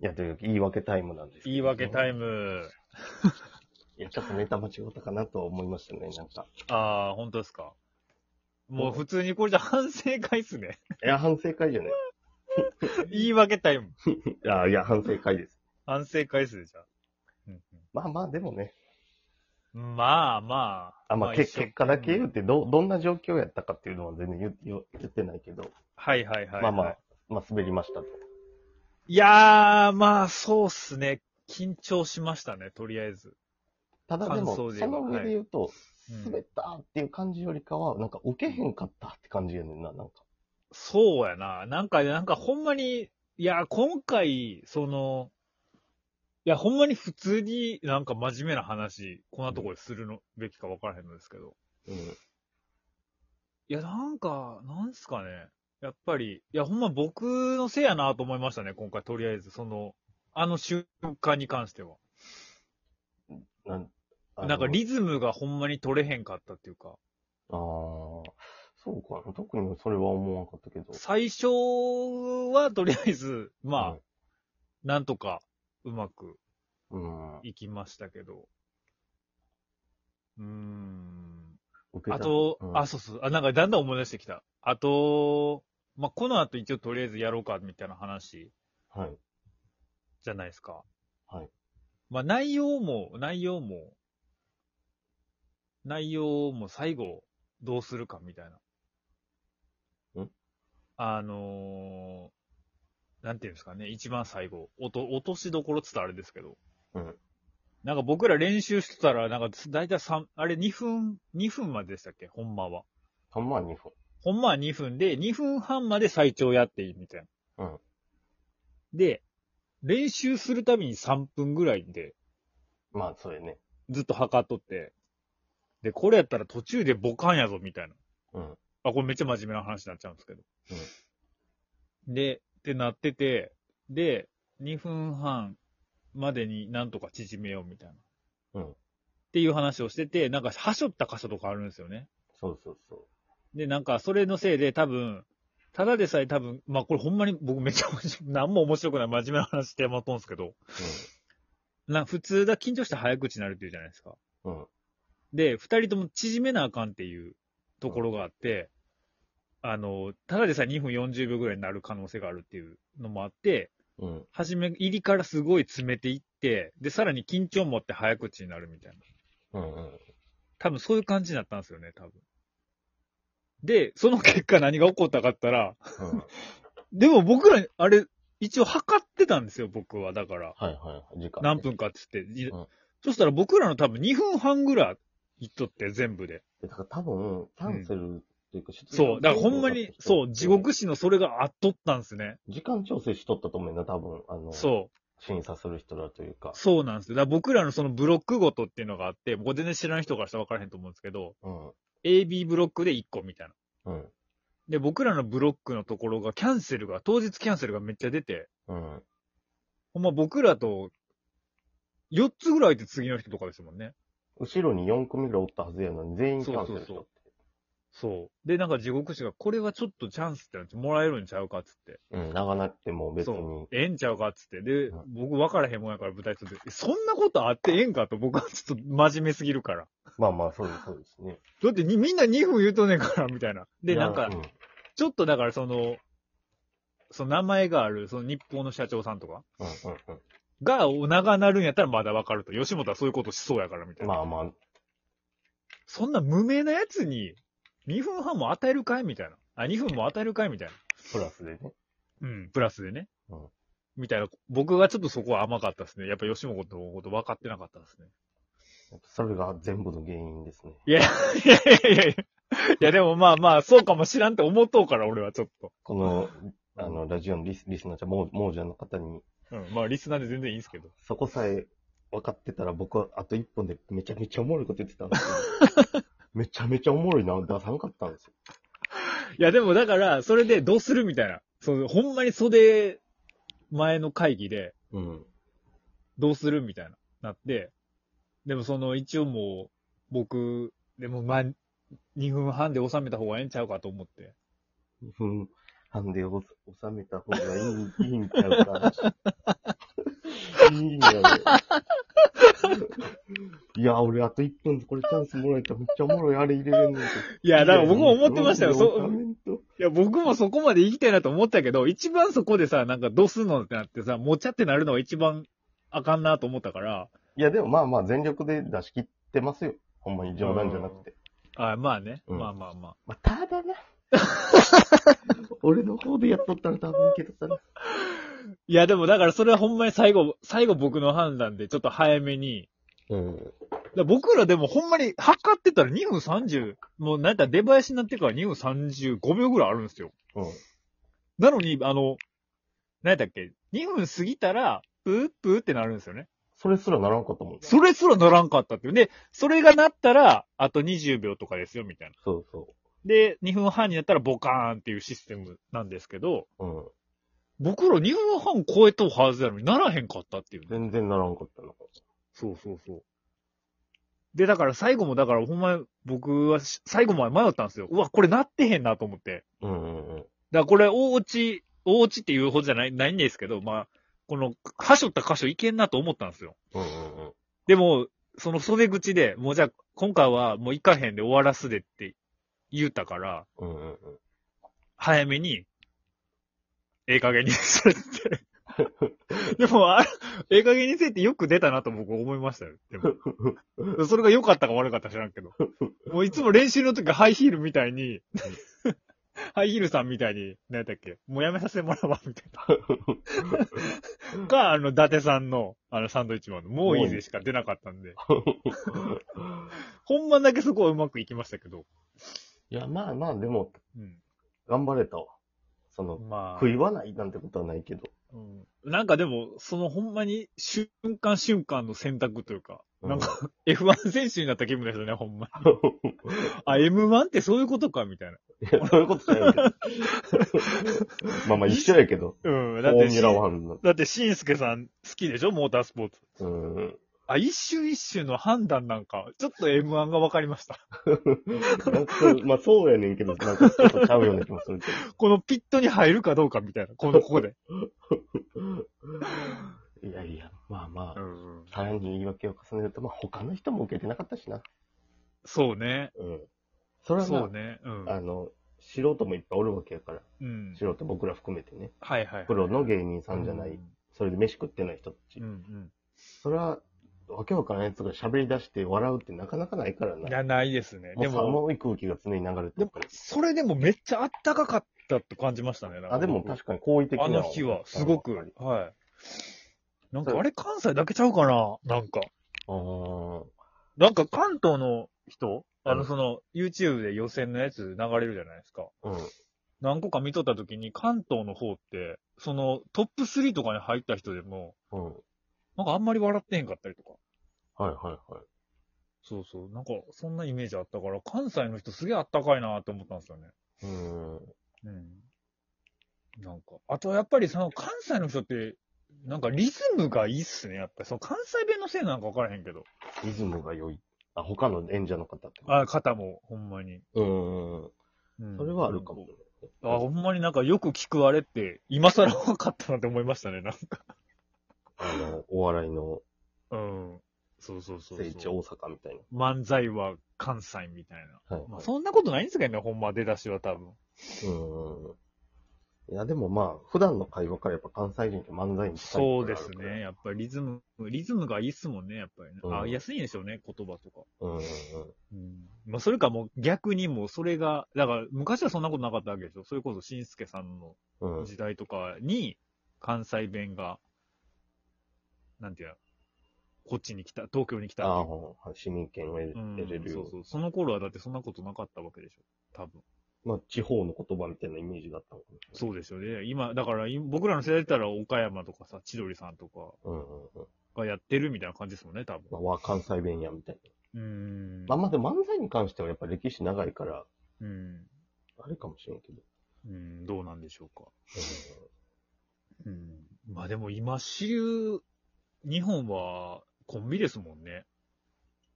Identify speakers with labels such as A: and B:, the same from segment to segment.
A: いや、という言い訳タイムなんですけど
B: 言い訳タイ
A: ム。
B: ム。
A: いや、ちょっとネタ間違ったかなと思いましたね、なんか。
B: ああ、本当ですか。もう普通にこれじゃ反省会っ すね。
A: いや、反省会じゃない。
B: 言い訳タイム。
A: いや、いや、反省会です。
B: 反省会っすね、じゃあ。うん
A: まあまあ、でもね。
B: うんまあまあ。
A: あ、まあ、け
B: 一緒
A: 結果だけ言うて、ど、どんな状況やったかっていうのは全然言言言ってないけど、
B: はいはいはい。
A: まあまあ。、まあ滑りましたと。
B: いやー、まあそうっすね。緊張しましたね、とりあえず。
A: ただでも、
B: 感想で
A: そ
B: 言えば
A: の上で言うと、
B: うん
A: 滑ったっていう感じよりかは、なんか受けへんかったって感じやねんな、なんか。
B: そうやな。なんか、なんかほんまに、いや、今回、その、いや、ほんまに普通になんか真面目な話、こんなところでするのべきか分からへんのですけど。
A: うん。
B: いや、なんか、なんすかね。やっぱり、いや、ほんま僕のせいやなと思いましたね、今回、とりあえず、その、あの瞬間に関しては。
A: なんあの
B: なんかリズムがほんまに取れへんかったっていうか、
A: ああ、そうかな。特にそれは思わなかったけど。
B: 最初はとりあえず、まあ、なんとかうまく
A: うん。
B: いきましたけど。うーん。
A: 受けた
B: あと、
A: うん
B: あ、そうそう。あ、なんかだんだん思い出してきた。あと、まあ、この後一応とりあえずやろうか、みたいな話
A: はい。
B: じゃないですか。
A: はい。
B: まあ、内容も、内容も、内容も最後、どうするか、みたいな。
A: ん
B: あのーなんていうんですかね、一番最後、おと、落としどころっつったらあれですけど。
A: うん。
B: なんか僕ら練習してたら、なんか大体3、あれ2分、2分まででしたっけほんまは。
A: 3万2分。
B: ほんまは2分で、2分半まで最長やっていいみたいな。
A: うん。
B: で、練習するたびに3分ぐらいで、
A: まあ、それね。
B: ずっと測っとって。で、これやったら途中でボカンやぞ、みたいな。
A: うん。
B: あ、これめっちゃ真面目な話になっちゃうんですけど。で、ってなってて、で、2分半までになんとか縮めようみたいな。
A: うん
B: っていう話をしてて、なんか、はしょった箇所とかあるんですよね。
A: そうそうそ
B: で、なんか、それのせいで多分、ただでさえ多分、まあこれほんまに僕めっちゃ面白い、 なんも面白くない真面目な話してまとんすけど、な普通だ緊張して早口になるっていうじゃないですか。
A: う。うん。うん。
B: で、二人とも縮めなあかんっていうところがあって、あの、ただでさえ2分40秒ぐらいになる可能性があるっていうのもあって、
A: うん。
B: 初め、入りからすごい詰めていって、で、さらに緊張持って早口になるみたいな。
A: うん。うん。
B: 多分そういう感じになったんですよね、多分。で、その結果何が起こったかって言ったら、
A: うん
B: でも僕ら、あれ、一応測ってたんですよ、僕は。だから、
A: はいはい。時間。
B: 何分かって言って。い
A: うん
B: そしたら僕らの多分2分半ぐらいいっとって、全部で。
A: だから多分、キャンセルっていうか、出場
B: そう。だからほんまに、そう、地獄師のそれがあっとったんですね。
A: 時間調整しとったと思うよな、多分。あの、う。
B: そう。
A: 審査する人らというか。
B: そうなんですよ。だから僕らのそのブロックごとっていうのがあって、もう全然知らない人からしたら分からへんと思うんですけど、
A: うん。
B: AB ブロックで1個みたいな。
A: うん。
B: で、僕らのブロックのところがキャンセルが、当日キャンセルがめっちゃ出て、
A: うん。
B: ほんま僕らと、4つぐらいで次の人とかですもんね。
A: 後ろに4組ぐらいおったはずやのに、全員キャンセルしとって。
B: そう。で、なんか地獄師が、これはちょっとチャンスってなってもらえるんちゃうかっつって。
A: うん、長なっても別
B: そ
A: に。
B: う。ええんちゃうかっつって。で
A: うん、
B: 僕分からへんもんやから舞台とで、えそんなことあってええんかと僕はちょっと真面目すぎるから。
A: まあまあ、そうです、そうですね。
B: だってにみんな2分言うとんねんから、みたいな。 で、
A: いや
B: なんか
A: う、
B: ちょっとだからその、その名前がある、その日報の社長さんとか、
A: うんうんうん
B: が、お長なるんやったらまだわかると。吉本はそういうことしそうやから、みた
A: うん。
B: いな。
A: まあまあ、
B: そんな無名なやつに、2分半も与えるかいみたいな。あ、2分も与えるかいみたい
A: プラスでね。
B: な。うん、プラスでね。
A: うん
B: みたいな。僕がちょっとそこは甘かったですね。やっぱ吉本のこと分かってなかったですね。
A: それが全部の原因ですね。
B: いや、いやいやいやいや。いや、でもまあまあ、そうかもしらんって思っとうから、俺はちょっと。
A: この、あの、ラジオのリスリスナーちゃん、もう、もうじゃの方に、
B: うん、まあ、リスナーで全然いいんですけど。
A: そこさえ分かってたら僕はあと一本でめちゃめちゃおもろいこと言ってたんです けど、めちゃめちゃおもろいな、出さんかったんですよ。
B: いや、でもだから、それでどうするみたいな。そう、ほんまに袖前の会議で、
A: うん。
B: どうするみたいな、なって、でもその一応もう、僕、でもまあ、2分半で収めた方がええんちゃうかと思って。
A: 2分半でお収めた方がいい、いいんちゃうか。んになる。いや、俺あと1分でこれチャンスもらえたらめっちゃおもろいあれ入れれんねんけど。
B: いや、だから僕も思ってましたよ。
A: いや
B: そ
A: お
B: う、
A: 金と
B: いや、僕もそこまで行きたいなと思ったけど、一番そこでさ、なんかどうすんのってなってさ、もちゃってなるのが一番あかんなと思ったから、
A: いや、でもまあまあ全力で出し切ってますよ。ほんまに冗談じゃなくて。
B: あまあね、
A: うん
B: まあまあまあ。
A: まあ、ただ な。俺の方でやっとったら多分いけたら。
B: いや、でもだからそれはほんまに最後、最後僕の判断でちょっと早めに、
A: うん。
B: だから僕らでもほんまに測ってたら2分30、もうなんか出囃子になってから2分35秒ぐらいあるんですよ。
A: うん。
B: なのに、あの、何だっけ、2分過ぎたら、プープーってなるんですよね。
A: それすらならんかったもん。
B: それすらならんかったっていう。で、それがなったら、あと20秒とかですよ、みたいな。
A: そうそ
B: で、2分半になったらボカーンっていうシステムなんですけど、
A: う。うん。
B: 僕ら2分半超えとうはずやのにならへんかったっていうね。
A: 全然ならんかったな。
B: そうそうそう。で、だから最後も、だからほんまに僕はし最後まで迷ったんですよ。うわ、これなってへんなと思って。
A: うんうんうん。
B: だからこれ、大落ち、大落ちっていう方じゃない、ないんですけど、まあ、この、はしょった箇所いけんなと思ったんですよ。
A: うんうんうん。
B: でも、その袖口で、もうじゃあ、今回はもう行かへんで終わらすでって言うたから、
A: うんうんうん。
B: 早めに、ええ加減にせって。でも、あええ加減にせってよく出たなと僕思いましたよ。でもそれが良かったか悪かったか知らんけど。もういつも練習の時はハイヒールみたいに、ハイヒールさんみたいに、何やったっけもうやめさせてもらうわ、みたい な。か、あの、伊達さんの、あの、サンドイッチマンの、もういいぜしか出なかったんで、本番だけそこはうまくいきましたけど。
A: いや、まあまあ、でも、
B: うん。
A: 頑張れたわ。その、
B: まあ。
A: 食いはないなんてことはないけど。
B: うんなんかでも、そのほんまに瞬間瞬間の選択というか、
A: うん
B: なんか F1 選手になった気分ですよね、ほんま に。
A: い
B: あ、M1 ってそういうことか、みたいな。
A: や、そういうことじゃない けど。まあまあ、一緒やけど。
B: うん、
A: フ
B: だっ
A: ォー
B: て
A: ミ
B: し、
A: ュラワンの。
B: だって、しんすけさん好きでしょ、モータースポーツ。
A: うん。
B: あ、一周一周の判断なんか、ちょっと M1 が分かりました。
A: なんかそうまあ、そうやねんけど、なんかちょっとちゃうような気もするけ
B: このピットに入るかどうかみたいな、この、ここで。
A: ど。いやいや、まあま
B: う
A: あ、
B: ん、
A: さらに言い訳を重ねると、まあ他の人も受けてなかったしな。
B: そうね。
A: うん。それは
B: そ
A: な
B: うね。う
A: あ
B: ん。
A: の、素人もいっぱいおるわけやから。
B: うん。
A: 素人僕ら含めてね。
B: はいはい。
A: プロの芸人さんじゃな
B: う
A: い。
B: ん
A: それで飯食ってない人たち
B: うん。うん。
A: それは、わけわからんやつが喋り出して笑うってなかなかないから
B: い
A: な。
B: や、ないですね。
A: も
B: で
A: う
B: も、
A: 寒い空気が常に流れて
B: で
A: る
B: も
A: から、。
B: それでもめっちゃあったかかったって感じましたね。なんか
A: あ、でも
B: 僕
A: 確かに好意的な。
B: あの日は、すご
A: やっ
B: く
A: ぱ。
B: はい。なんかあれ関西だけちゃうかななんか。
A: り。ああ。
B: なんか関東の人あ
A: う
B: の、
A: ん
B: その、YouTube で予選のやつ流れるじゃないですか。
A: うん。
B: 何個か見とった時に関東の方って、そのトップ3とかに入った人でも、
A: うん。
B: なんかあんまり笑ってへんかったりとか。
A: はいはいはい。
B: そうそう。なんかそんなイメージあったから、関西の人すげえあったかいなって思ったんですよね。
A: うーん。
B: うん。なんか、あとやっぱりその関西の人って、なんかリズムがいいっすね、やっぱり。その関西弁のせいなんかわからへんけど。
A: リズムが良い。あ、他の演者の方って。
B: あ、肩も、ほんまに。
A: うーん。
B: うん
A: それはあるかも。。
B: あ、ほんまになんかよく聞くあれって、今更分かったなって思いましたね、なんか。
A: あの、お笑いの
B: うん。そうそうそう
A: 聖地
B: そう。
A: 大阪みたい
B: 漫才は関西みたいな。
A: な。はい。
B: まあ、そんなことないんですけどね、ほんま出だしは多分。
A: うーん。いや、でもまあ、普段の会話からやっぱ関西人って漫才に近いところが
B: そう
A: あ
B: で
A: る
B: す
A: から
B: ね。。やっぱりリズム、リズムがいいっすもんね、やっぱりね。
A: うん
B: あ、安いんでしょうね、言葉とか。
A: うんうんうん。
B: うんまあ、それかもう逆にもうそれが、だから昔はそんなことなかったわけでしょ。それこそしんすけさんの
A: うん、
B: 時代とかに関西弁が、なんていうのこっちに来た、東京に来た。
A: ああ、市民権を得
B: うん
A: 得れるよ
B: そう
A: う
B: そう。その頃はだってそんなことなかったわけでしょ。多分。
A: まあ、地方の言葉みたいなイメージだったのかな。
B: そうですよね。今、だからい僕らの世代だったら岡山とかさ、千鳥さんとか
A: うんうんうん。
B: がやってるみたいな感じですもんね、多分。
A: まあ、わ関西弁やみたい
B: うん。
A: な。まあまあ、でも漫才に関してはやっぱ歴史長いから、
B: うん。
A: あれかもしれんけど。
B: うん、どうなんでしょうか。うんまあでも今主流、日本はコンビですもんね。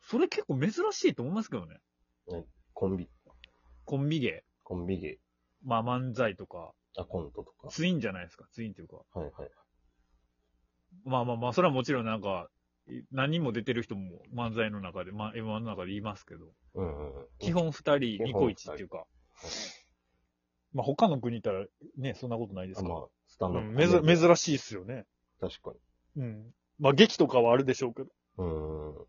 B: それ結構珍しいと思いますけどね。
A: コンビ、
B: コンビ芸。
A: コンビ芸、
B: まあ漫才とか、
A: あ、コントとか。
B: ツインじゃないですか。ツインというか。
A: はいはい。
B: まあまあまあ、それはもちろんなんか、い何人も出てる人も漫才の中で、まあ M1 の中でいますけど、
A: うんうんうん。
B: 基本二人、
A: 本
B: ニコイチっていうか、まあ他の国行ったらね、そんなことないです
A: あ
B: か
A: ま
B: ら。
A: あ、スタンダ
B: う
A: ッ
B: ん
A: プ。
B: めず珍しいっすよね。
A: 確かに。
B: うん。まあ劇とかはあるでしょうけど。
A: うん。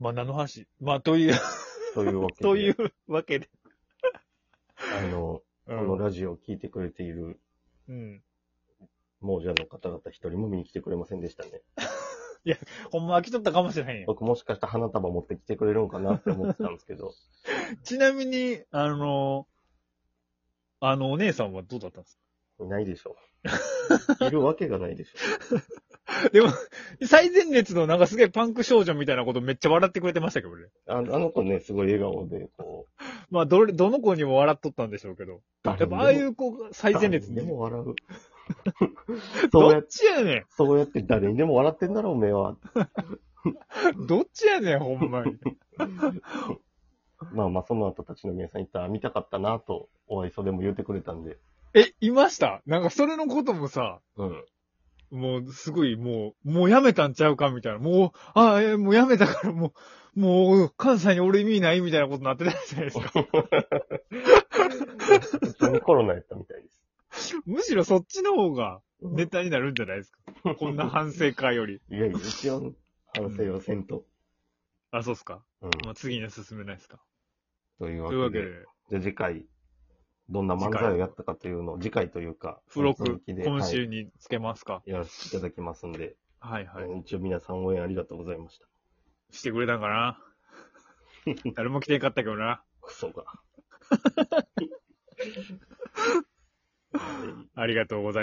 B: まあ何の話まあ という、
A: というわけで。
B: というわけで。
A: あの、
B: う
A: このラジオを聞いてくれている、
B: うん。
A: 亡者の方々一人も見に来てくれませんでしたね。
B: ほんま飽きとったかもしれへんよ。
A: 僕もしかしたら花束持ってきてくれるのかなって思ってたんですけど、
B: ちなみに、あの、あのお姉さんはどうだったんです
A: いないでしょ う。いるわけがないでしょ
B: か でも、最前列のなんかすげえパンク少女みたいなことめっちゃ笑ってくれてましたけどね。
A: う。ああの子ね、すごい笑顔で、こう、
B: まあどれ、どの子にも笑っとったんでしょうけど。や
A: 誰
B: っ
A: にで
B: ぱあ
A: も
B: あいう子が最前列
A: 誰にで
B: に。
A: も笑 う。そう
B: ど
A: や
B: っちやね
A: そうやって誰にでも笑ってんだろ、おめえは。
B: ん。どっちやねん、ほんま に。
A: まあまあ、その後たちの皆さん一旦見たかったなと、お愛想でも言うてくれたんで。
B: え、いましたなんかそれのこともさ、
A: うん。
B: もうすごいもう、もうやめたんちゃうかみたいな。もう、ああ、えもうやめたからもう、もう関西に俺意味ないみたいなことになってたじゃないですか。
A: 普通にコロナやったみたいです。
B: むしろそっちの方がネタになるんじゃないです か。こんな反省会 より。
A: いやいや、一応、反省はせんと。
B: あ、そうっすか。
A: うん。
B: まあ、次には進めないですか。
A: という
B: というわ
A: わ
B: け
A: け
B: で
A: で。、じゃあ次回、どんな漫才をやったかというのを、次回というか、
B: 付録
A: 続き、で
B: 今
A: は
B: 週につけますか。
A: い、やらせていただきますんで、
B: はいはい。
A: 一応皆さん応援ありがとうございました。
B: してくれたんか な誰も来てんかったけどな。
A: クソが。
B: ありがとうございます。